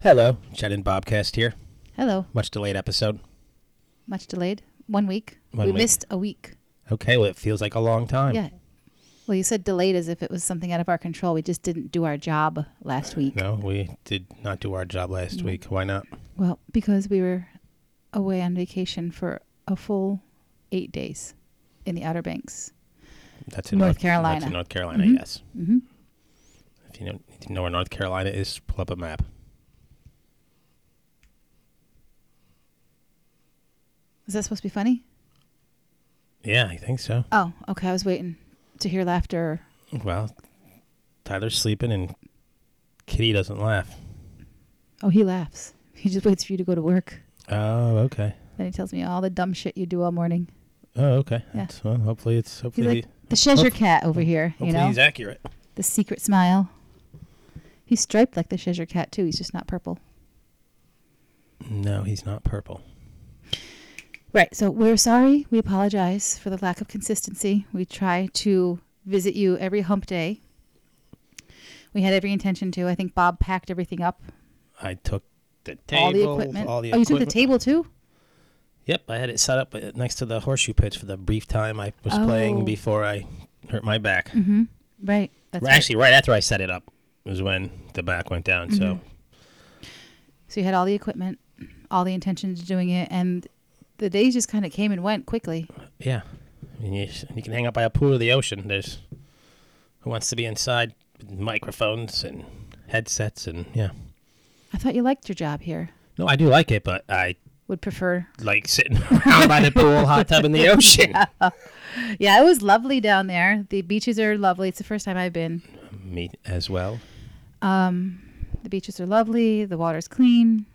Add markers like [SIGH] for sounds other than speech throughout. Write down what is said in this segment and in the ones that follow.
Hello, Chad and Bobcast here. Hello. Much delayed episode. Much delayed. One week. One we week. missed a week. Okay, well, it feels like a long time. Yeah. Well, you said delayed as if it was something out of our control. We just didn't do our job last week. No, we did not do our job last week. Why not? Well, because we were away on vacation for a full eight days in the Outer Banks. That's in North That's Carolina. in North Carolina, yes. Mm-hmm. If you know, if you know where North Carolina is, pull up a map. Is that supposed to be funny? Yeah, I think so. Oh, okay. I was waiting to hear laughter. Well, Tyler's sleeping and Kitty doesn't laugh. Oh, he laughs. [LAUGHS] He just waits for you to go to work. Oh, okay. Then he tells me all the dumb shit you do all morning. Oh, okay. Yeah. That's, well, hopefully it's He's hopefully like the Cheshire hope- cat over here, hopefully you know? he's accurate. the secret smile. He's striped like the Cheshire cat, too. He's just not purple. No, he's not purple. Right. So we're sorry. We apologize for the lack of consistency. We try to visit you every hump day. We had every intention to. I think Bob packed everything up, I took the table, all the equipment. all the oh, you took the equipment. table too? Yep, I had it set up uh, next to the horseshoe pitch for the brief time I was Oh. playing before I hurt my back. Right. That's Well, right. Actually, right after I set it up was when the back went down. So So you had all the equipment, all the intentions of doing it, and the days just kind of came and went quickly. yeah, I mean, you, s- you can hang out by a pool or the ocean. There's who wants to be inside with microphones and headsets and yeah. I thought you liked your job here. No, I do like it, but I Would prefer. like sitting [LAUGHS] around by the pool, hot tub, in the ocean. Yeah, it was lovely down there. The beaches are lovely. It's the first time I've been. Me as well. The beaches are lovely. The water's clean.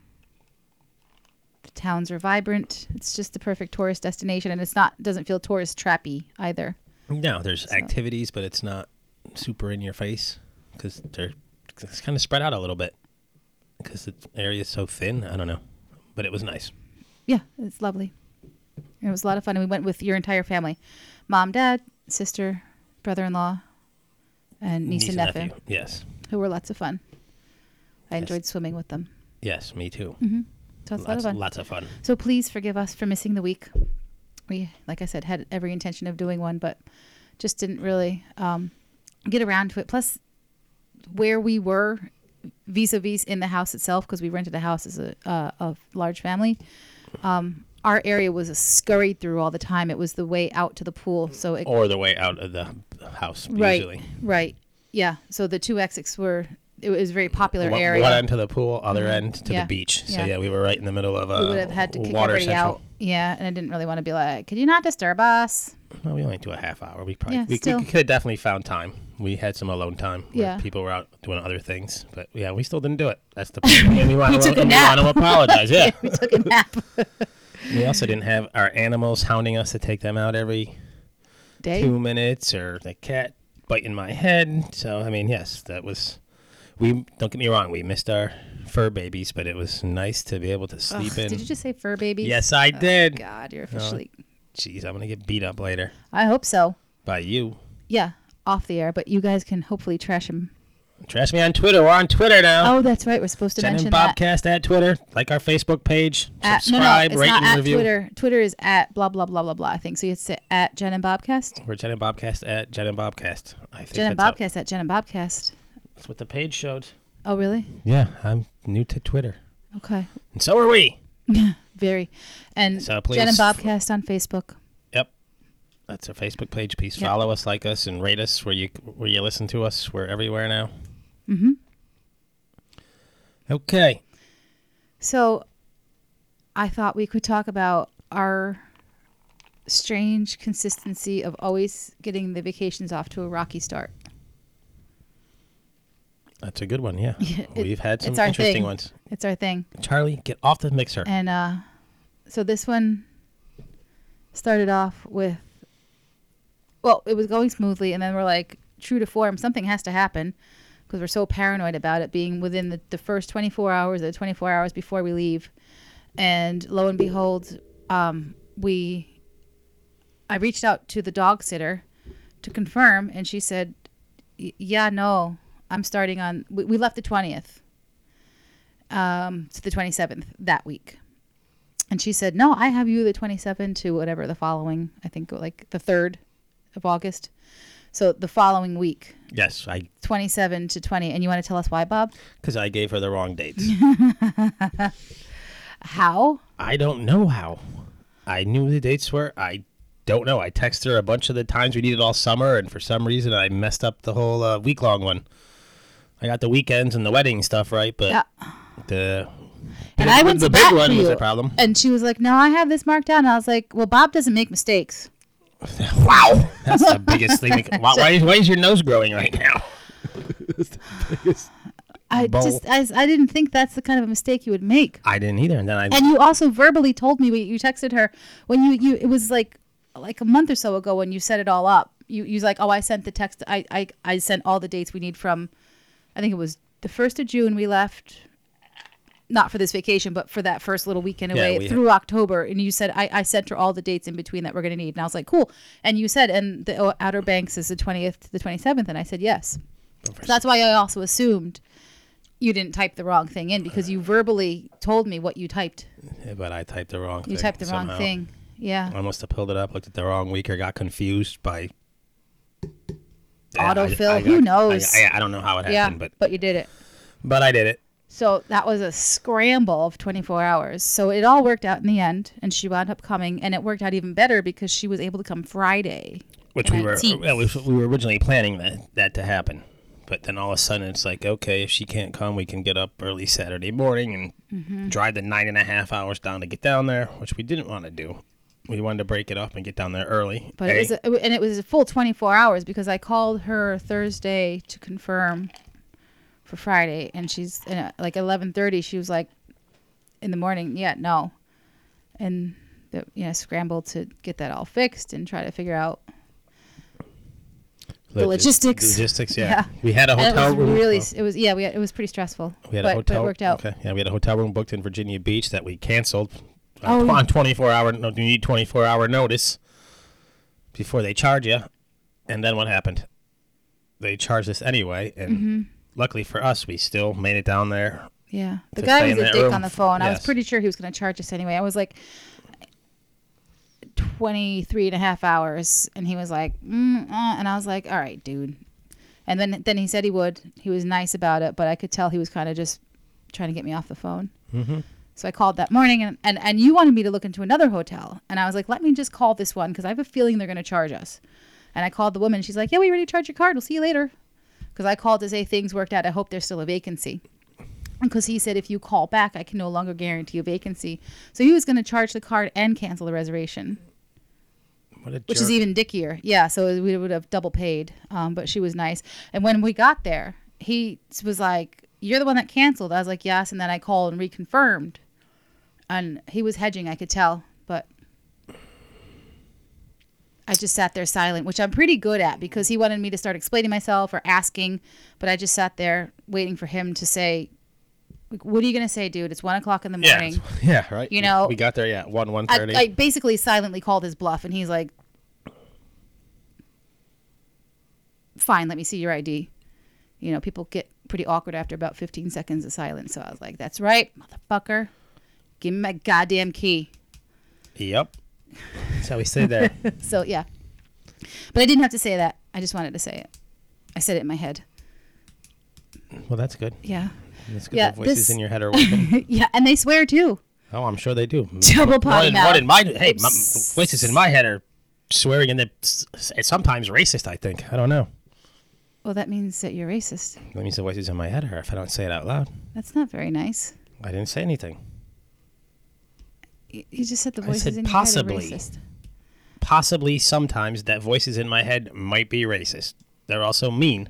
The towns are vibrant. It's just the perfect tourist destination, and it's not doesn't feel tourist trappy either. No, there's activities, but it's not super in your face because they're it's kind of spread out a little bit because the area is so thin. I don't know, but it was nice. Yeah, it's lovely. It was a lot of fun, and we went with your entire family, mom, dad, sister, brother-in-law, and niece, and nephew, Yes, who were lots of fun. I Yes. enjoyed swimming with them, yes, me too. Mm-hmm. so it's a lot Lots, of fun. lots of fun. So please forgive us for missing the week. We, like I said, had every intention of doing one, but just didn't really um, get around to it. Plus, where we were vis-a-vis in the house itself, because we rented a house as a, uh, a large family, um, our area was scurried through all the time. It was the way out to the pool, so it Or the way out of the house Oh, usually. right, right, yeah. So the two exits were it was a very popular One, area. Mm-hmm. one end to the pool, other end to Yeah. the beach. So Yeah. yeah. we were right in the middle of a we would have had to kick uh, water everybody central. out, yeah. And I didn't really want to be like, "Could you not disturb us?" Well, we only do a half hour. We probably Yeah, we, still. we could have definitely found time. We had some alone time. Where Yeah. People were out doing other things, but yeah, we still didn't do it. That's [LAUGHS] the problem. and we want to, took a and we nap. want [LAUGHS] to apologize. Yeah. We took a [LAUGHS] nap. we also didn't have our animals hounding us to take them out every Day. two minutes, or the cat biting my head. So I mean, yes, that was. We don't get me wrong. We missed our fur babies, but it was nice to be able to sleep in. Did you just say fur babies? Oh yes, I did. Uh-huh. God, you're officially. Jeez, I'm gonna get beat up later I hope so. by you. Yeah, off the air, but you guys can hopefully trash him. Trash me on Twitter. We're on Twitter now. Oh, that's right. We're supposed to Uh, Send in mention that. Bobcast at Twitter. Like our Facebook page. At, no, no, subscribe, it's rate, not and at review. Twitter. Twitter is at blah blah blah blah blah. I think so. You have to say at Jen and Bobcast. We're Jen and Bobcast at Jen and Bobcast. I think Jen and that's, how- Bobcast at Jen and Bobcast. that's what the page showed. Oh, really? Yeah, I'm new to Twitter. Okay. And so are we. Very. And So Jen and please- Bobcast on Facebook. Yep. That's our Facebook page. Please follow us, like us, and rate us where you where you listen to us. We're everywhere now. Mm-hmm. Okay. So, I thought we could talk about our strange consistency of always getting the vacations off to a rocky start. That's a good one. Yeah, [LAUGHS] It- we've had some it's our interesting thing. ones. It's our thing. Charlie, get off the mixer. And uh, so this one started off with, well, it was going smoothly, and then we're like, true to form, something has to happen because we're so paranoid about it being within the, the first 24 hours or the 24 hours before we leave. And lo and behold, um, we, I reached out to the dog sitter to confirm, and she said, "Y- yeah, no, I'm starting on, we, we left the 20th um, to the 27th that week. And she said, No, I have you the 27th to whatever the following, I think like the 3rd of August. So the following week, yes, I 27 to 20. And you want to tell us why, Bob? because I gave her the wrong dates. How? I don't know how. I knew the dates were. I don't know. I texted her a bunch of the times we needed all summer, and for some reason, I messed up the whole uh, week long one. I got the weekends and the wedding stuff right, but Yeah. the And I went the to big bat one for was you. a problem. [LAUGHS] And she was like, No, I have this marked down. And I was like, Well, Bob doesn't make mistakes. Wow, that's the biggest [LAUGHS] thing. Why, why, is, why is your nose growing right now? I Bowl. just, I, I didn't think that's the kind of a mistake you would make. I didn't either, and then I And you also verbally told me when you texted her when you, you it was like like a month or so ago when you set it all up. You you was like, oh, I sent the text. I I I sent all the dates we need from. I think it was the first of June we left. Not for this vacation, but for that first little weekend Yeah, away we- through October, and you said I, I sent her all the dates in between that we're going to need, and I was like, cool. And you said, and the O- Outer Banks is the twentieth to the twenty seventh, and I said yes. Oh, So that's why I also assumed you didn't type the wrong thing in because you verbally told me what you typed. but I typed the wrong. You thing typed the wrong somehow. thing. Yeah. I must have pulled it up, looked at the wrong week, or got confused by Yeah, I- Autofill. I Who got- knows? I, I, I don't know how it happened, yeah. but But, you did it. but I did it. So that was a scramble of 24 hours. So it all worked out in the end, and she wound up coming, and it worked out even better because she was able to come Friday. which we were Nineteenth. well, we- we were originally planning that that to happen, but then all of a sudden it's like okay, if she can't come, we can get up early Saturday morning and Mm-hmm. drive the nine and a half hours down to get down there, which we didn't want to do. We wanted to break it up and get down there early. But A. it was a, and it was a full 24 hours because I called her Thursday to confirm for Friday, and she's and at like 11:30. She was like, in the morning, yeah, no, and the, you know scrambled to get that all fixed and try to figure out. the Logis- logistics. Logistics, yeah. Yeah. We had a And hotel it was room. really, oh, it was yeah, we had, it was pretty stressful. we had but, a hotel. but it worked out. Okay, yeah, we had a hotel room booked in Virginia Beach that we canceled Oh, on, yeah. on twenty four hour. No, you need twenty four hour notice before they charge you. And then what happened? They charged us anyway, and Mm-hmm. luckily for us, we still made it down there. Yeah, the to guy stay was in a that dick room. on the phone. I was Yes. pretty sure he was going to charge us anyway. I was like 23 and a half hours, and he was like, mm, uh, and I was like, all right, dude. And then then he said he would. He was nice about it, but I could tell he was kind of just trying to get me off the phone. Mm-hmm. So I called that morning, and, and, and you wanted me to look into another hotel. And I was like, let me just call this one because I have a feeling they're going to charge us. And I called the woman. She's like, yeah, we already charged your card. We'll see you later. Because I called to say things worked out. I hope there's still a vacancy. Because he said, if you call back, I can no longer guarantee a vacancy. So he was going to charge the card and cancel the reservation, What a which jerk. is even dickier. Yeah, so we would have double paid. Um, but she was nice. And when we got there, he was like, You're the one that canceled. I was like, Yes. And then I called and reconfirmed. And he was hedging, I could tell. But I just sat there silent, which I'm pretty good at because he wanted me to start explaining myself or asking. But I just sat there waiting for him to say, like, What are you going to say, dude? It's one o'clock in the yeah, morning. it's- [LAUGHS] yeah, right. You know- we got there. Yeah, one one I, thirty. I basically silently called his bluff, and he's like, "Fine, let me see your ID." You know, people get pretty awkward after about 15 seconds of silence. So I was like, "That's right, motherfucker. Give me my goddamn key." Yep. That's how we stayed [LAUGHS] there. So yeah, but I didn't have to say that. I just wanted to say it. I said it in my head. well, that's good. Yeah, That's good. Yeah, the voices this- in your head are working. [LAUGHS] yeah, and they swear too. oh, I'm sure they do. Double What potty in, mouth. what in my hey, my, voices in my head are swearing and they're s- s- sometimes racist. I think I don't know. Well, that means that you're racist. That means the voices in my head are if I don't say it out loud. That's not very nice. I didn't say anything. You you just said the I voices said in your possibly. head are racist. Possibly sometimes that voices in my head might be racist. They're also mean.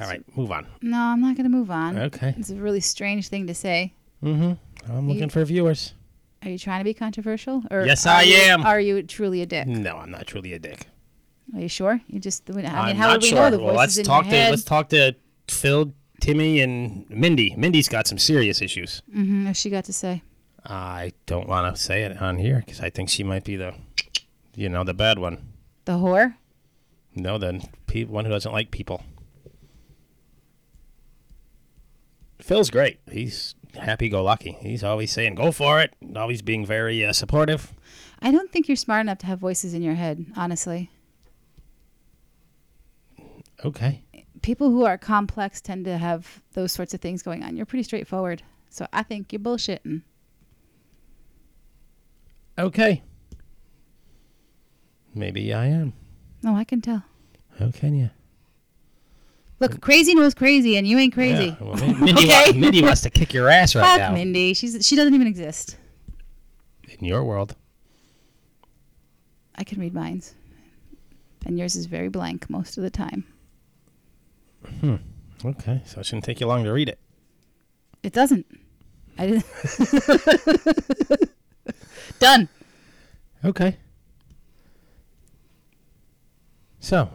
All right, move on. No, I'm not going to move on. Okay. It's a really strange thing to say. I'm looking for viewers. Are you trying to be controversial? Or Yes, are I you- am. Hmm. Are you truly a dick? No, I'm not truly a dick. Are you sure? You just. I mean, I'm how not would we sure. know the voices well, let's in talk your to head? let's talk to Phil, Timmy, and Mindy. Mindy's got some serious issues. Mm, what's she got to say. I don't want to say it on here because I think she might be the, you know, the bad one. The whore. No, then pe- one who doesn't like people. Phil's great. He's happy-go-lucky. He's always saying "go for it," and always being very uh, supportive. I don't think you're smart enough to have voices in your head. Honestly, Okay. people who are complex tend to have those sorts of things going on. You're pretty straightforward, so I think you're bullshitting. Okay. Maybe I am. No, I can tell. How can you? Look, crazy knows crazy, and you ain't crazy. Hmm. Yeah, well, Min- Mindy, wa- Mindy wants to kick your ass right Fuck now. Mindy. She's she doesn't even exist. In your world. I can read minds, and yours is very blank most of the time. Okay, so it shouldn't take you long to read it. It doesn't. I didn't. [LAUGHS] Done. Okay. So,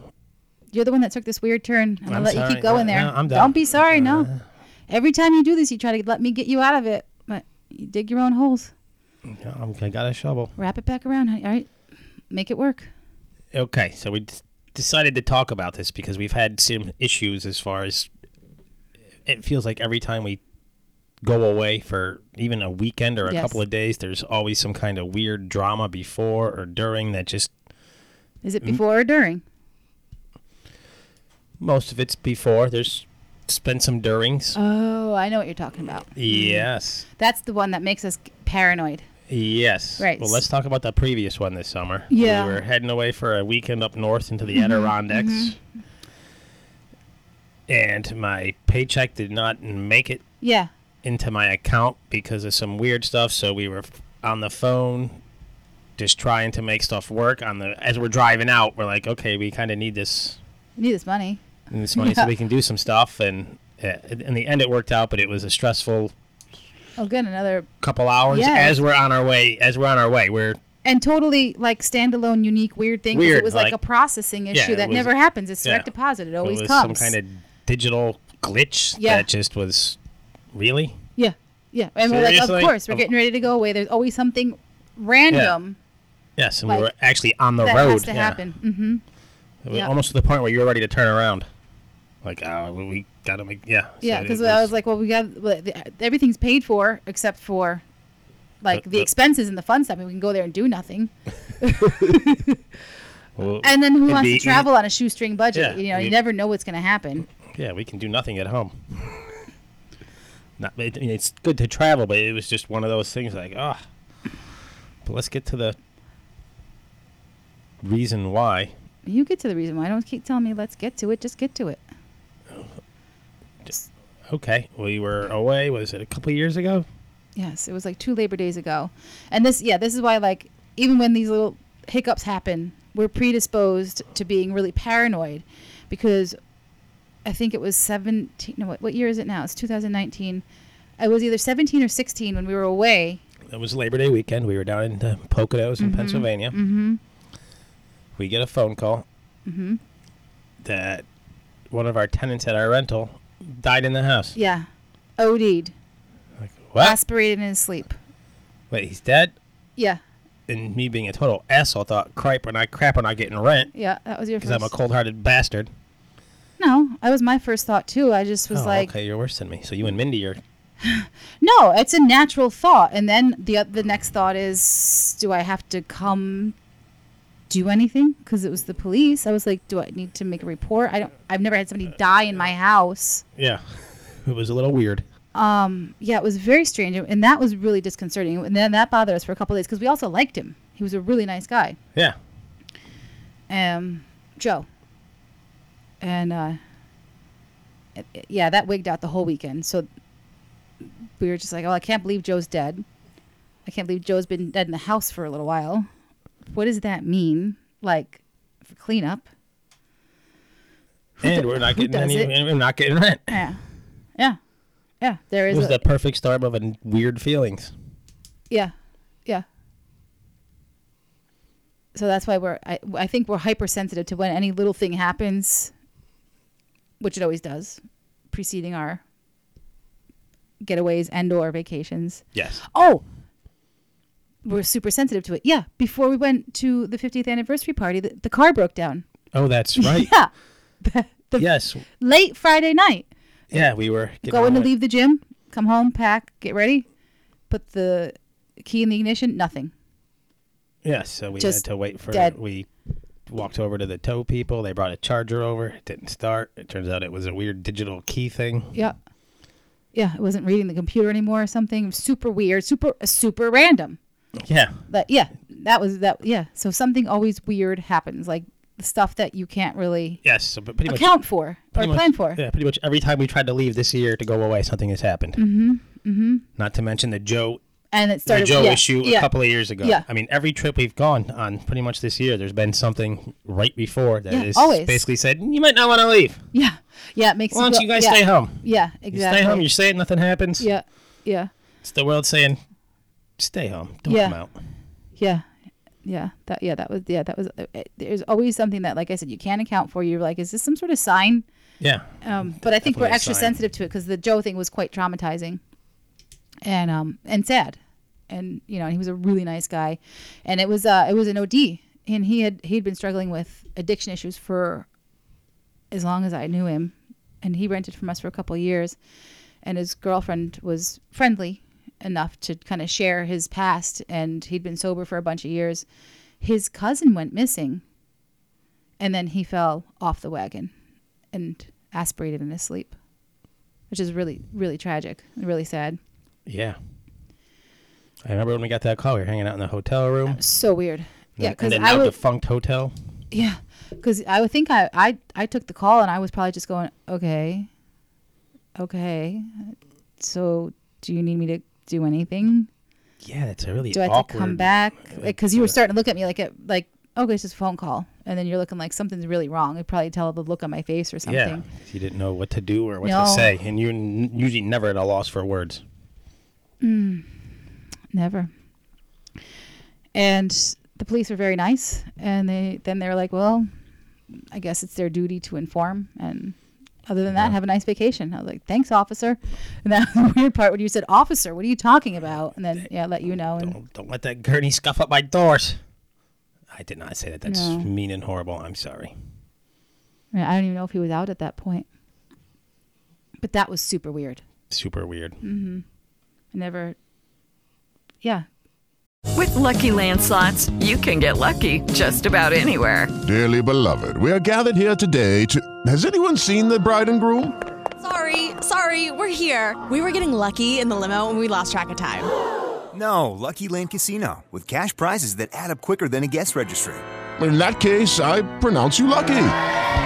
You're the one that took this weird turn. I'm, gonna I'm let you sorry. keep going No, there. no, I'm done. Uh-huh. Don't be sorry. No. Every time you do this, you try to let me get you out of it, but you dig your own holes. yeah, I'm- I got a shovel. Wrap it back around, honey. All right. Make it work. Okay, so we d- decided to talk about this because we've had some issues as far as it feels like every time we go away for even a weekend or a Yes. couple of days, there's always some kind of weird drama before or during that just Is Mm-hmm. it before or during? most of it's before. There's been some durings. Oh, I know what you're talking about. yes. That's the one that makes us paranoid. Yes. Right. Well, let's talk about the previous one this summer. Yeah. Mm-hmm. We were heading away for a weekend up north into the Adirondacks. And my paycheck did not make it Yeah. into my account because of some weird stuff. So we were f- on the phone just trying to make stuff work on the as we're driving out we're like okay we kind of need this You need this money. need this money so Yeah. we can do some stuff and uh, in the end it worked out but it was a stressful Oh, good. Another. couple hours Yeah. as we're on our way as we're on our way we're And totally like standalone, unique, weird thing. 'cause Weird, It was like, like- a processing issue it that was- never happens. It's direct yeah. deposit. It always it was comes. some kind of digital glitch Yeah. that just was really Yeah. Yeah. And we're like, Seriously? of course, we're Of- getting ready to go away. There's always something random yes and Like, we were actually on the that road has to yeah. Mm-hmm. happen. hmm It was yeah. almost to the point where you're ready to turn around like oh well, we gotta make yeah so Yeah. it Because I was like, well, we got well, the- everything's paid for except for like The- the, the- expenses and the fun stuff. And we can go there and do nothing. [LAUGHS] [LAUGHS] well, And then who it'd wants be- to travel on a shoestring budget? Yeah, You know, you we- never know what's going to happen. yeah we can do nothing at home [LAUGHS] Not, I mean, it's good to travel but it was just one of those things like ah but let's get to the reason why You get to the reason why. Don't keep telling me, let's get to it. Just get to it. okay we were away was it a couple years ago Yes, it was like two Labor Days ago. And this, yeah, this is why, like, even when these little hiccups happen, we're predisposed to being really paranoid because I think it was 17. No, what, what year is it now? It's 2019. I was either 17 or 16 when we were away. It was Labor Day weekend. We were down in the Poconos in Pennsylvania. Mm-hmm. We get a phone call Mm-hmm. that one of our tenants at our rental died in the house. Yeah. OD'd. Like, what? Aspirated in his sleep. Wait, he's dead? Yeah. And me being a total asshole, thought, "Crap, we're not crap, we're not getting rent Yeah. That was your because first. I'm a cold-hearted bastard." no, that was my first thought, too. I just was oh, like, okay, you're worse than me. So you and Mindy are. No, it's a natural thought, and then the uh, the next thought is, do I have to come do anything? Because it was the police. I was like, do I need to make a report? I don't. I've never had somebody die in my house. [LAUGHS] Um, Yeah, it was a little weird. Yeah, it was very strange, and that was really disconcerting. And then that bothered us for a couple of days because we also liked him. He was a really nice guy, Yeah, um, Joe. And uh, it- it- yeah, that wigged out the whole weekend. So we were just like, oh, I can't believe Joe's dead. I can't believe Joe's been dead in the house for a little while. What does that mean? Like, for cleanup? and we're not getting does any. it? and We're not getting rent. It Yeah. Yeah. Yeah. There is was the a, perfect storm of a weird feelings. Yeah. Yeah. So that's why we're I, I think we're hypersensitive to when any little thing happens, which it always does, preceding our getaways and or vacations. Yes. Oh, we're super sensitive to it. Yeah, before we went to the 50th anniversary party, the, the car broke down. Oh, [LAUGHS] that's right. Yeah. The, the Yes. late Friday night Yeah, we were getting going to all- leave the gym, come home, pack, get ready, put the key in the ignition, nothing. Yes, so we had Just to wait for dead. we walked over to the tow people. They brought a charger over. It didn't start. It turns out it was a weird digital key thing. Yeah. Yeah, I wasn't reading the computer anymore or something. Super weird, super super random. Yeah. But yeah, that was that yeah. So something always weird happens, like the stuff that you can't really Yes, so but pretty much account for or pretty much- plan for. Yeah, pretty much every time we tried to leave this year to go away, something has happened. Mm-hmm. Mm-hmm. Not to mention the Joe And it the started Joe yeah, issue yeah, a couple of years ago. Yeah. I mean, every trip we've gone on pretty much this year, there's been something right before that Yeah, is always. basically said, you might not want to leave. Yeah. Yeah, it makes Why don't feel- you guys yeah. stay home? Yeah, You exactly. stay home, you say it, nothing happens. Yeah. Yeah. It's the world saying, stay home, don't Yeah. come out. Yeah. Yeah, that yeah, that was yeah, that was uh, uh, there's always something that like I said you can't account for. You're like is this some sort of sign? Yeah. Um, but I think we're definitely a extra sign. sensitive to it because the Joe thing was quite traumatizing, and um, and sad, and you know, and he was a really nice guy, and it was uh, it was an OD, and he had he'd been struggling with addiction issues for as long as I knew him, and he rented from us for a couple of years, and his girlfriend was friendly enough to kind of share his past, and he'd been sober for a bunch of years. His cousin went missing, and then he fell off the wagon and aspirated in his sleep, which is really really tragic, and really sad, Yeah. I remember when we got that call, we were hanging out in the hotel room. so weird. and- Yeah, and because the I now would defunct hotel. Yeah, because I would think I, I I took the call and I was probably just going, okay, okay. So do you need me to do anything? Yeah, that's a really Do I have awkward. to come back? Because you were starting to look at me like it, like okay, it's just a phone call, and then you're looking like something's really wrong. I probably tell the look on my face or Yeah, something. you didn't know what to do or what No. to say, and you're n- usually never at a loss for words. Never. And the police were very nice, and they then they were like, well, I guess it's their duty to inform and. Other than that, have a nice vacation. I was like, "Thanks, officer." [LAUGHS] And that was the weird part when you said, "Officer, what are you talking about?" And then, yeah, let you know. And Don't, don't let that gurney scuff up my doors. I did not say that. That's mean and horrible. I'm sorry. yeah, I don't even know if he was out at that point. But that was super weird. Super weird. I never. Yeah, With Lucky Land slots, you can get lucky just about anywhere. Dearly beloved, we are gathered here today to. Has anyone seen the bride and groom? Sorry, sorry, we're here. We were getting lucky in the limo and we lost track of time. No, Lucky Land Casino with cash prizes that add up quicker than a guest registry. In that case, I pronounce you lucky.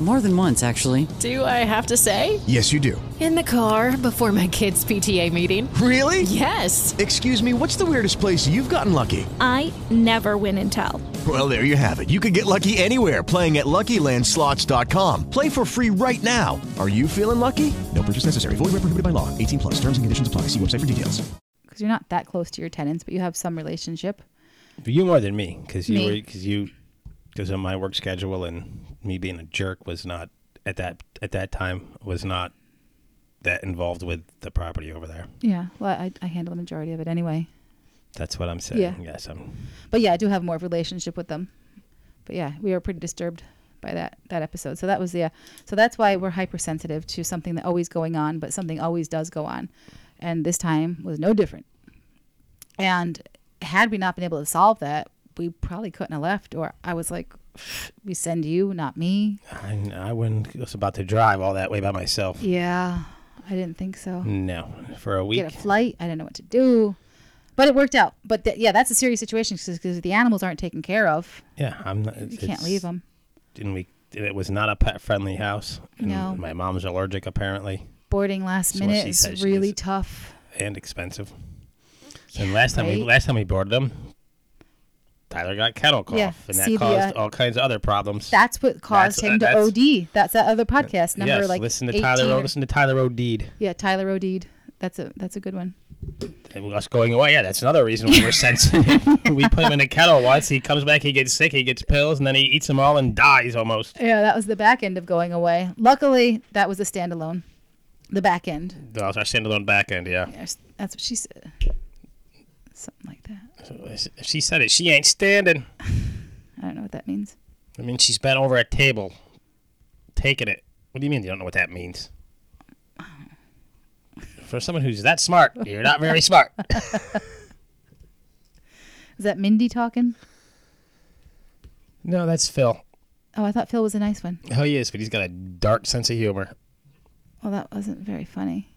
More than once, actually. Do I have to say? Yes, you do. In the car before my kids' PTA meeting. Really? Yes. Excuse me, what's the weirdest place you've gotten lucky? I never win and tell. Well, there you have it. You can get lucky anywhere playing at LuckyLandSlots.com. Play for free right now. Are you feeling lucky? No purchase necessary. Void where prohibited by law. 18 plus. Terms and conditions apply. See website for details. because you're not that close to your tenants, but you have some relationship. You more than me, because you Me. were because you because of my work schedule and me being a jerk was not at that at that time was not that involved with the property over there. Yeah, well, I, I handle the majority of it anyway. That's what I'm saying. Yeah. Yes, I'm. But yeah, I do have more of a relationship with them. But yeah, we were pretty disturbed by that that episode. So that was yeah. So that's why we're hypersensitive to something that always going on, but something always does go on, and this time was no different. And had we not been able to solve that, we probably couldn't have left. Or I was like, we send you, not me. I, I wouldn't. I was about to drive all that way by myself. Yeah, I didn't think so. No, for a week. Get a flight. I didn't know what to do. But it worked out. But th- yeah, that's a serious situation because the animals aren't taken care of. Yeah, I'm not. You can't leave them. Didn't we? It was not a pet friendly house. and No. My mom's allergic apparently, Boarding last So what minute she is said, she really tough. and expensive. and last time we right? last time we boarded them, Tyler got kettle cough, Yeah, and that see the, caused uh, all kinds of other problems. That's what caused That's- him to that's- OD. That's that other podcast number yes, like listen to 18 Tyler. or- Listen to Tyler O'Deed. Yeah, Tyler OD'd. That's a that's a good one. And us going away. Yeah, that's another reason we were [LAUGHS] sensitive. we put him in a kettle once. He comes back. He gets sick. He gets pills, and then he eats them all and dies almost. Yeah, that was the back end of going away. Luckily, that was a standalone. The back end. That was our standalone back end. Yeah. Yes, That's what she said. Something like that. If she said it, she ain't standing. I don't know what that means. I mean, she's bent over a table, taking it. What do you mean you don't know what that means? For someone who's that smart, you're not very smart. Is that Mindy talking? No, that's Phil. Oh, I thought Phil was a nice one. Oh, he is, but he's got a dark sense of humor. Well, that wasn't very funny.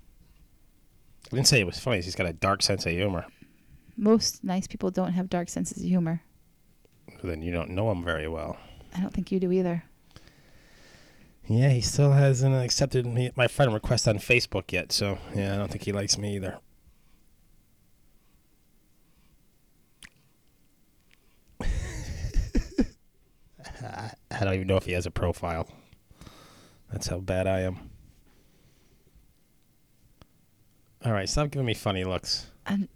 I didn't say it was funny. He's got a dark sense of humor. Most nice people don't have dark senses of humor. So then you don't know him very well. I don't think you do either. Yeah, he still hasn't accepted me, my friend request on Facebook yet. So yeah, I don't think he likes me either. [LAUGHS] I, I don't even know if he has a profile. That's how bad I am. All right, stop giving me funny looks. I'm,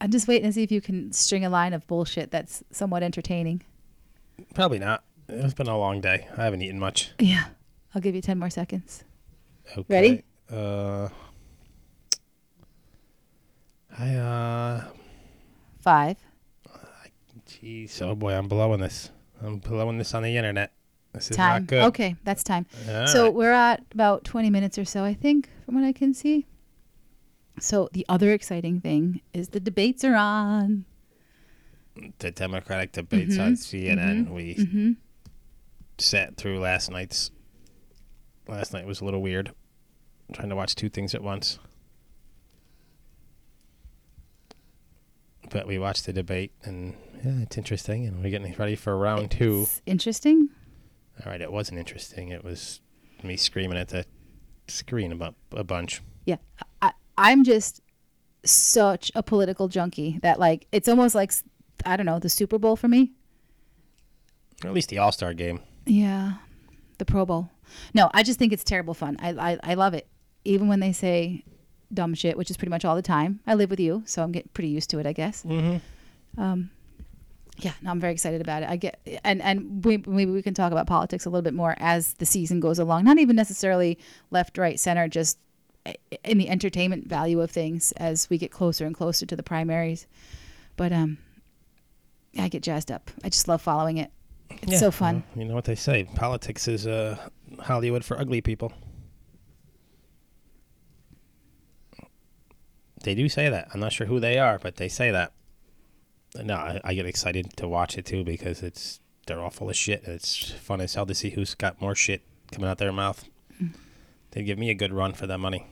I'm just waiting to see if you can string a line of bullshit that's somewhat entertaining. Probably not. It's been a long day. I haven't eaten much. Yeah. I'll give you 10 more seconds. Okay. Ready? Uh, I uh, Five. Jeez, oh boy, I'm blowing this. I'm blowing this on the internet. This is time. not good. Okay, that's time. All so right. we're at about 20 minutes or so, I think, from what I can see. So the other exciting thing is the debates are on. The Democratic debates Mm-hmm. on CNN. We Mhm. sat through last night's. Last night was a little weird. trying to watch two things at once. But we watched the debate, and yeah, it's interesting. And we're getting ready for round two. Interesting. All right, it wasn't interesting. It was me screaming at the screen about a bunch. Yeah. I, I'm just such a political junkie that, like, it's almost like, s- I don't know, the Super Bowl for me. Or at least the All Star game. Yeah. The Pro Bowl. No, I just think it's terrible fun. I, I, I love it. Even when they say dumb shit, which is pretty much all the time. I live with you, so I'm getting pretty used to it, I guess. Mm-hmm. Um, yeah, no, I'm very excited about it. I get, and and we, maybe we can talk about politics a little bit more as the season goes along. Not even necessarily left, right, center, just i- in the entertainment value of things as we get closer and closer to the primaries. But um, I get jazzed up. I just love following it. It's Yeah, so fun. You know, you know what they say: politics is uh, Hollywood for ugly people. They do say that. I'm not sure who they are, but they say that. No, I, I get excited to watch it too because it's they're all full of shit. and It's fun as hell to see who's got more shit coming out their mouth. Mm. They give me a good run for that money.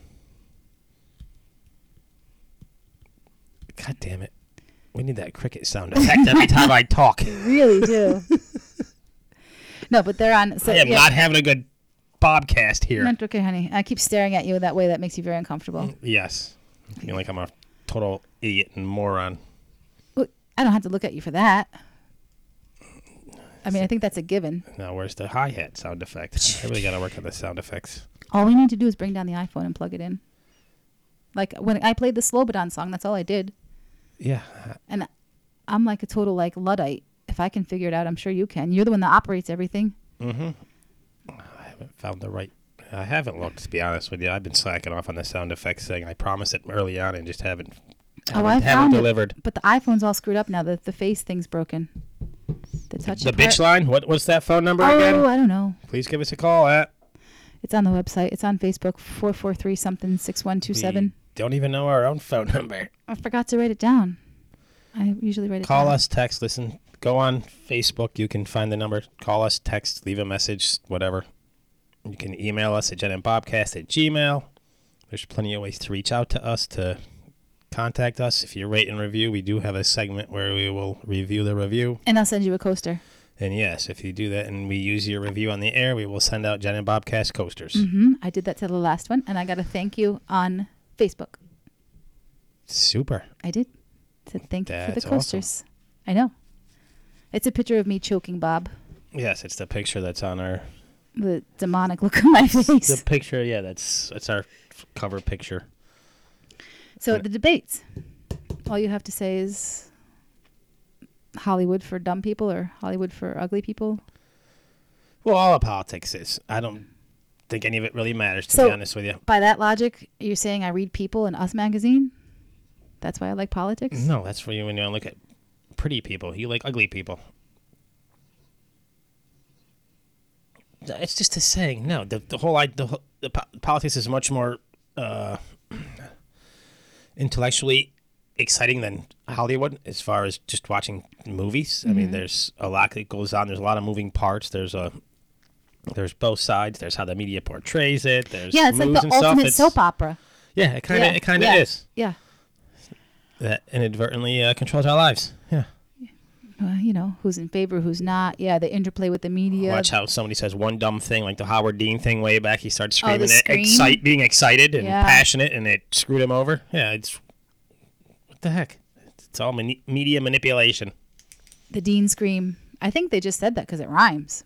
God damn it! We need that cricket sound effect every time I [LAUGHS] talk. really do. no, but they're on. So, I am yeah. not having a good Bobcast here. Mm. Not okay, honey. I keep staring at you that way. That makes you very uncomfortable. Yes. I feel like I'm a total idiot and moron. Look, I don't have to look at you for that. I mean, I think that's a given. Now, where's the hi hat sound effect? I really got to work on the sound effects. All we need to do is bring down the iPhone and plug it in. Like when I played the Slobodan song, that's all I did. Yeah. And I'm like a total like luddite. If I can figure it out, I'm sure you can. You're the one that operates everything. Mm-hmm. I haven't found the right. I haven't looked, to be honest with you. I've been slacking off on the sound effects thing. I promised it early on and just haven't. haven't, Oh, I haven't found it. delivered. But the iPhone's all screwed up now. The the face thing's broken. The touch. The bitch line? What, what's that phone number Oh, again? I don't know. Please give us a call at. It's on the website. It's on Facebook. Four four three something six one two seven. Don't even know our own phone [LAUGHS] number. I forgot to write it down. I usually write it Call down. us, text, listen. Go on Facebook. You can find the number. Call us, text, leave a message, whatever. You can email us at jenandbobcast at gmail. There's plenty of ways to reach out to us to contact us if you rate and review. We do have a segment where we will review the review. And I'll send you a coaster. And yes, if you do that and we use your review on the air, we will send out Jen and Bobcast coasters. hmm I did that to the last one, and I got a thank you on Facebook. Super. I did. Said thank you for the That's awesome. coasters. I know. It's a picture of me choking Bob Yes, it's the picture that's on our with a demonic look on my face. the picture. Yeah, that's that's our f- cover picture. So the debates. All you have to say is Hollywood for dumb people or Hollywood for ugly people. Well, all of politics is. I don't think any of it really matters to So- be honest with you. By that logic, you're saying I read People and Us magazine. That's why I like politics. No, that's for you when you look at pretty people. You like ugly people. It's just a saying. No, the the whole I the, whole- the po- politics is much more uh, [CLEARS THROAT] intellectually exciting than Hollywood as far as just watching movies. I mean, Mm-hmm. Mhm. there's a lot that goes on. There's a lot of moving parts. There's a there's both sides. There's how the media portrays it. There's yeah, it's like moves the and stuff. ultimate It's- soap opera. Yeah, it kind of Yeah, it kind of yeah, is Yeah. that inadvertently uh, controls our lives. Yeah. Well, you know, who's in favor, who's not. Yeah, the interplay with the media. Watch how somebody says one dumb thing, like the Howard Dean thing way back. He starts Oh, the screaming, it, scream? excite, being excited and Yeah. passionate, and it screwed him over. Yeah, it's what the heck? It's all mani- media manipulation. The Dean scream. I think they just said that because it rhymes.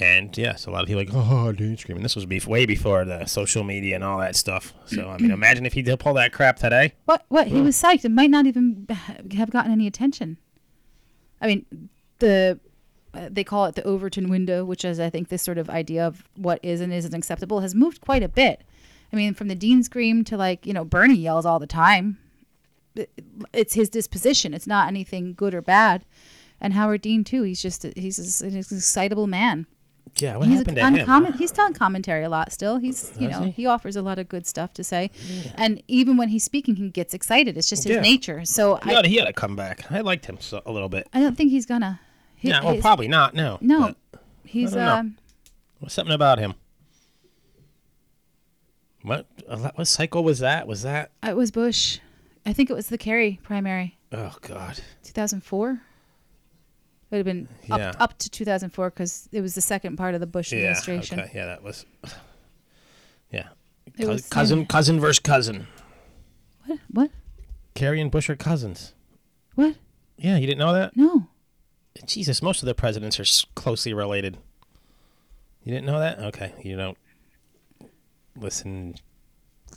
And yes, a lot of people like, oh, Dean screaming. This was bef- way before the social media and all that stuff. So I mean, imagine if he did pull that crap today. What? What? He Ugh. was psyched. It might not even have gotten any attention. I mean, the uh, they call it the Overton window, which is, I think, this sort of idea of what is and isn't acceptable has moved quite a bit. I mean, from the dean scream to like you know Bernie yells all the time. It- It's his disposition. It's not anything good or bad. And Howard Dean too. He's just he's just an excitable man. Yeah, what he's happened a, to on him? comment- he's telling commentary a lot still. He's you Does know he? he? offers a lot of good stuff to say, and even when he's speaking, he gets excited. It's just his Yeah. nature. So He I, ought to, he ought to come back. I liked him so, a little bit. I don't think he's gonna. he- yeah, well, his- probably not. No, No, he's I don't know. um, What's something about him? What what cycle was that? Was that? um, It was Bush. I think it was the Kerry primary, Oh God. 2004. It would have been Yeah. up, up to 2004 because it was the second part of the Bush administration. Yeah, okay. Yeah, that was. [SIGHS] Yeah. It Cous- was- cousin, cousin versus cousin. What? What? Kerry and Bush are cousins. What? Yeah, you didn't know that? No. Jesus, most of the presidents are s- closely related. You didn't know that? Okay, you don't listen.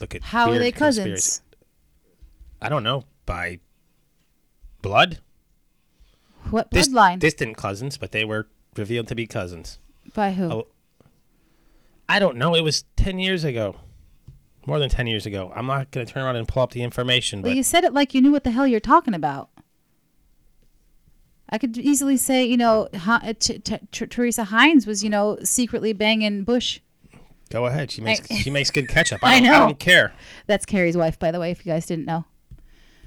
Look at How are weird they cousins? conspiracy- I don't know by blood. What Dis- bloodline? distant cousins, but they were revealed to be cousins. By who? Oh. I don't know. It was 10 years ago. More than 10 years ago. I'm not going to turn around and pull up the information, well, but you said it like you knew what the hell you're talking about. I could easily say, you know, ha- uh, T- T- T- Teresa Hines was, you know, secretly banging Bush. go ahead. She makes I- she makes good ketchup. I I don't, I know. don't care. That's Kerry's wife, by the way, if you guys didn't know.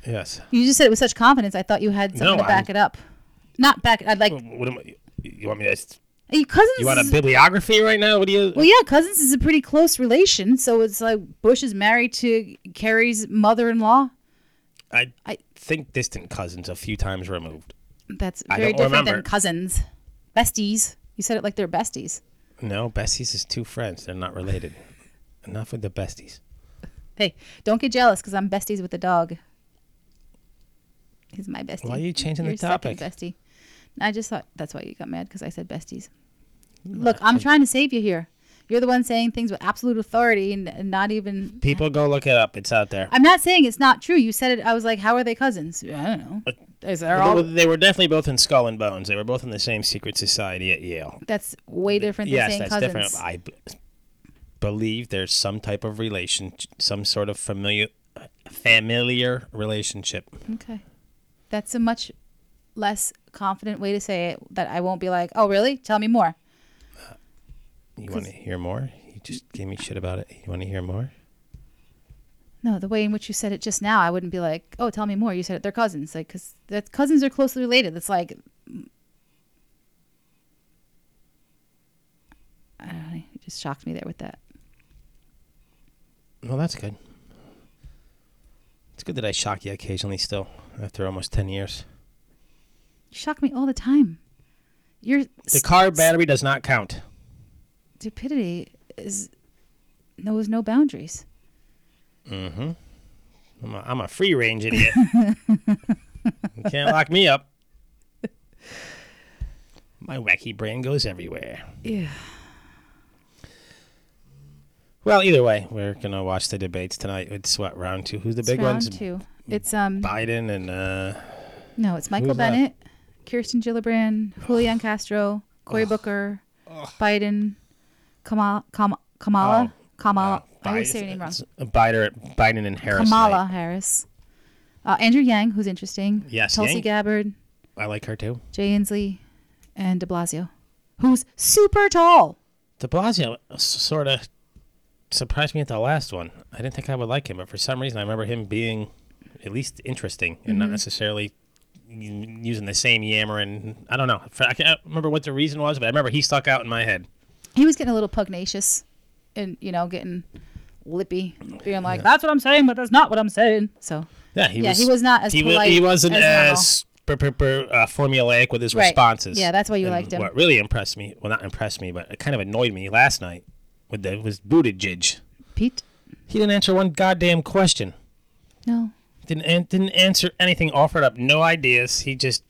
Yes. You just said it with such confidence. I thought you had something No, to back I'm- it up. Not back. I'd like. What am I, you want me to Are you cousins? You want a is- bibliography right now? What do you well, yeah, cousins is a pretty close relation. So it's like Bush is married to Carrie's mother-in-law. I, think distant cousins a few times removed. That's I very don't different than remember. cousins, besties. You said it like they're besties. No, besties is two friends. They're not related. Enough with the besties. Hey, don't get jealous because I'm besties with the dog. He's my bestie. Why are you changing the Your topic? second Bestie. I just thought that's why you got mad because I said besties. Look, I'm trying to save you here. You're the one saying things with absolute authority and, and not even. People go look it up. It's out there. I'm not saying it's not true. You said it. I was like, how are they cousins? I don't know. Is there Well, all? they, were, they were definitely both in Skull and Bones. They were both in the same secret society at Yale. That's way different than yes, saying that's cousins. different. I b- believe there's some type of relation, some sort of familiar, familiar relationship. Okay. That's a much less confident way to say it that I won't be like, oh, really? Tell me more. You want to hear more? You just gave me shit about it. You want to hear more? No, the way in which you said it just now, I wouldn't be like, oh, tell me more. You said it, they're cousins. Like, because that cousins are closely related. That's like, I don't know. You just shocked me there with that. Well, that's good. It's good that I shock you occasionally still after almost 10 years. You shock me all the time. Your The car battery does not count. stupidity is knows no boundaries. Mm hmm. I'm a, I'm a free range idiot. you can't lock me up. My wacky brain goes everywhere. Yeah. Well, either way, we're going to watch the debates tonight. It's what, round two? Who's the big round ones? mm, two. It's um Biden and. uh no, it's Michael Who's left? Bennett, Kirsten Gillibrand, Julian Castro, Cory Booker, Biden, Kamala Kam- Kamala Oh. Kamala. I always say her name wrong. Biden, Biden and Harris. Kamala tonight. Harris. Uh, Andrew Yang, who's interesting. Yes, Tulsi Yang. Gabbard, I like her too. Jay Inslee, and De Blasio, who's super tall. De Blasio sort of surprised me at the last one. I didn't think I would like him, but for some reason, I remember him being at least interesting and not Mhm. necessarily u- using the same yammering. I don't know. For- I can't remember what the reason was, but I remember he stuck out in my head. He was getting a little pugnacious, and you know, getting lippy, being like, "That's what I'm saying, but that's not what I'm saying." So Yeah, he yeah, was. he was not as he, wa- polite. he wasn't as normal. as, per, per, per, uh, formulaic with his Right. responses. Yeah, that's why you And liked him. What really impressed me, well, not impressed me, but it kind of annoyed me last night with the was Buttigieg. Pete. He didn't answer one goddamn question. No. Didn't an- didn't answer anything. Offered up no ideas. He just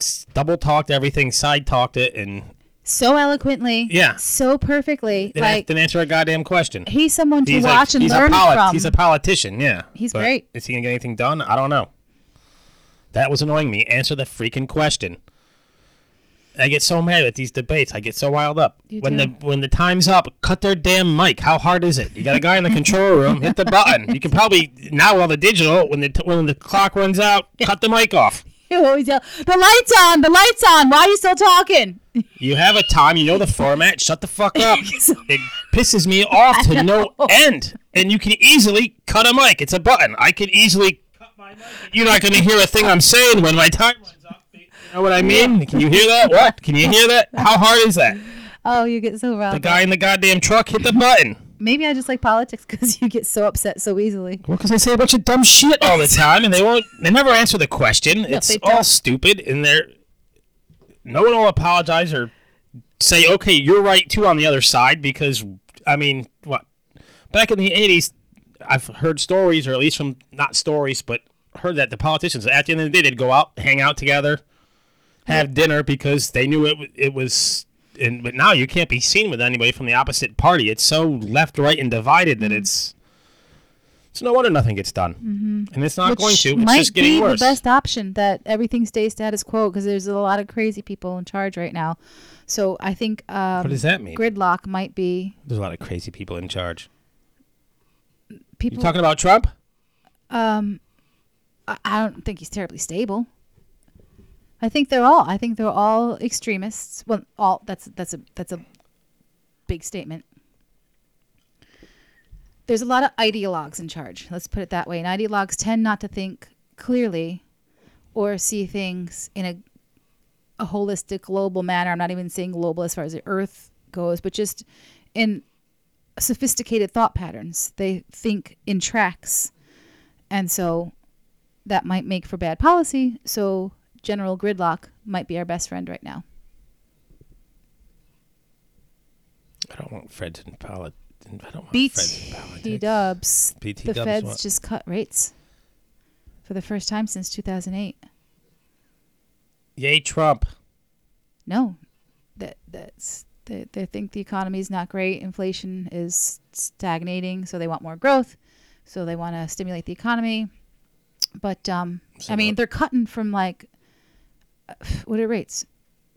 s- double talked everything, side talked it, and so eloquently. Yeah. so perfectly. didn't, like didn't answer a goddamn question. he's someone to He's like- watch and he's a learn polit- from. He's [LAUGHS] a politician. Yeah, He's But great. Is he gonna get anything done? I don't know. That was annoying me. Answer the freaking question. I get so mad at these debates. I get so wild up. You when do. the when the time's up, cut their damn mic. How hard is it? You got a guy in the control room. Hit the button. You can probably now while the digital when the t- when the clock runs out, cut the mic off. You always yell, "The lights on! The lights on! Why are you still talking?" You have a time. You know the format. Shut the fuck up. it pisses me off to no end. And you can easily cut a mic. It's a button. I can easily cut my mic. You're not going to hear a thing I'm saying when my time runs up. You know what I mean? Can you hear that? What? Can you hear that? How hard is that? Oh, you get so The riled. up. guy in the goddamn truck hit the button. Maybe I just like politics [LAUGHS] because you get so upset so easily. Well, because they say a bunch of dumb shit all the time, and they won't. They never answer the question. it's they all don't. stupid, and they're. No one will apologize or say, "Okay, you're right too" on the other side, because I mean, what? Back in the '80s, I've heard stories, or at least from not stories, but heard that the politicians at the end of the day they'd go out, hang out together, have dinner because they knew it. w- It was. And but now you can't be seen with anybody from the opposite party. It's so left, right, and divided Mm-hmm. that it's. It's no wonder nothing gets done. And it's not Mm-hmm. Which going to. It's might just getting be worse. the best option that everything stays status quo because there's a lot of crazy people in charge right now. So I think um, does that mean? Gridlock might be There's a lot of crazy people in charge. people. You talking about Trump? um, I, I don't think he's terribly stable. I think they're all. I think they're all extremists. Well, all that's that's a that's a big statement. There's a lot of ideologues in charge. Let's put it that way. And ideologues tend not to think clearly or see things in a a holistic global manner. I'm not even saying global as far as the earth goes, but just in sophisticated thought patterns. They think in tracks. And so that might make for bad policy. So general gridlock might be our best friend right now. I don't want Fred in politics. I don't want Fred in BT politics. dubs. BT The dubs feds what? just cut rates for the first time since 2008. Yay, Trump. No, that that's they, they think the economy is not great. Inflation is stagnating, so they want more growth. So they want to stimulate the economy. But um, I mean, they're cutting from like uh, what are rates?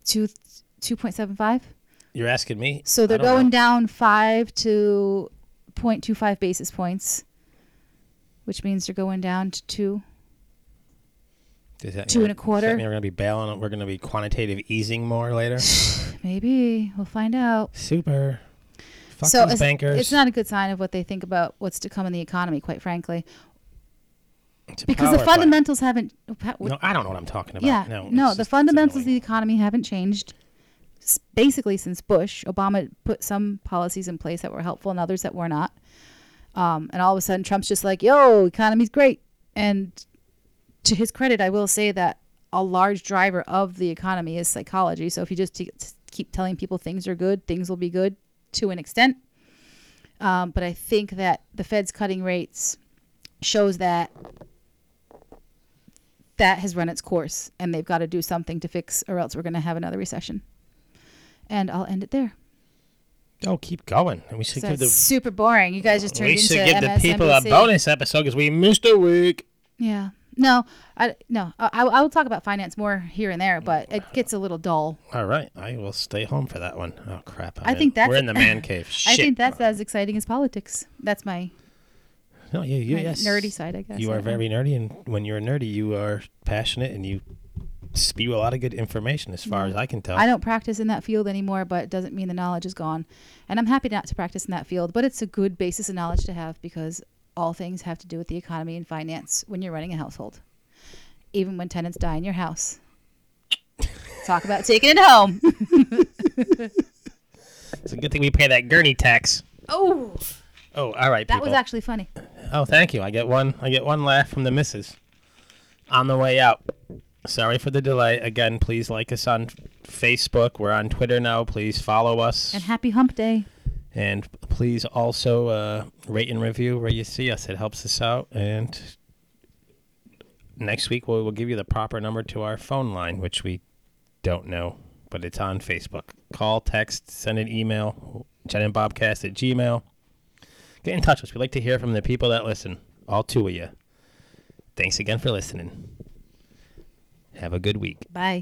Two two point seven five. You're asking me? So they're I don't going know. down five to 0.25 basis points, which means they're going down to two. [SIGHS] Does that two mean- and a does that quarter. mean We're going to be bailing. We're going to be quantitative easing more later. Maybe we'll find out. Super. Fuck so these it's, bankers. it's not a good sign of what they think about what's to come in the economy, quite frankly, It's a because the power play. fundamentals haven't. No, I don't know what I'm talking about. yeah, No, no, it's the just- fundamentals of the economy haven't changed. s- Basically, since Bush, Obama put some policies in place that were helpful and others that were not. Um, and all of a sudden, Trump's just like, "Yo, economy's great. And to his credit, I will say that a large driver of the economy is psychology. So if you just t- t- keep telling people things are good, things will be good to an extent. Um, but I think that the Fed's cutting rates shows that that has run its course and they've got to do something to fix or else we're going to have another recession. And I'll end it there. Oh, keep going. And we should So give the it's super boring. You guys just turned we into should give the people a MSNBC. bonus episode because we missed a week. Yeah. No, I no. I, I I will talk about finance more here and there, but it gets a little dull. All right, I will stay home for that one. Oh crap! I think that's we're in the man cave. Shit. [LAUGHS] I think that's as exciting as politics. That's my no, you, you, my yes. nerdy side, I guess. You I are don't know. very nerdy, and when you're nerdy, you are passionate and you spew a lot of good information, as far as I can tell. I don't practice in that field anymore, but it doesn't mean the knowledge is gone. And I'm happy not to practice in that field, but it's a good basis of knowledge to have because all things have to do with the economy and finance when you're running a household, even when tenants die in your house. Talk about taking it home. It's a good thing we pay that gurney tax. oh, Oh, all right. that people. was actually funny. Oh, thank you. I get one. I get one laugh from the missus. On the way out. Sorry for the delay. Again, please like us on Facebook. We're on Twitter now. Please follow us, And happy hump day. and please also uh, rate and review where you see us. It helps us out. And next week we will give you the proper number to our phone line, which we don't know, but it's on Facebook. Call, text, send an email. Jen and Bobcast at Gmail get in touch with us. We'd like to hear from the people that listen, all two of you. Thanks again for listening. Have a good week. Bye.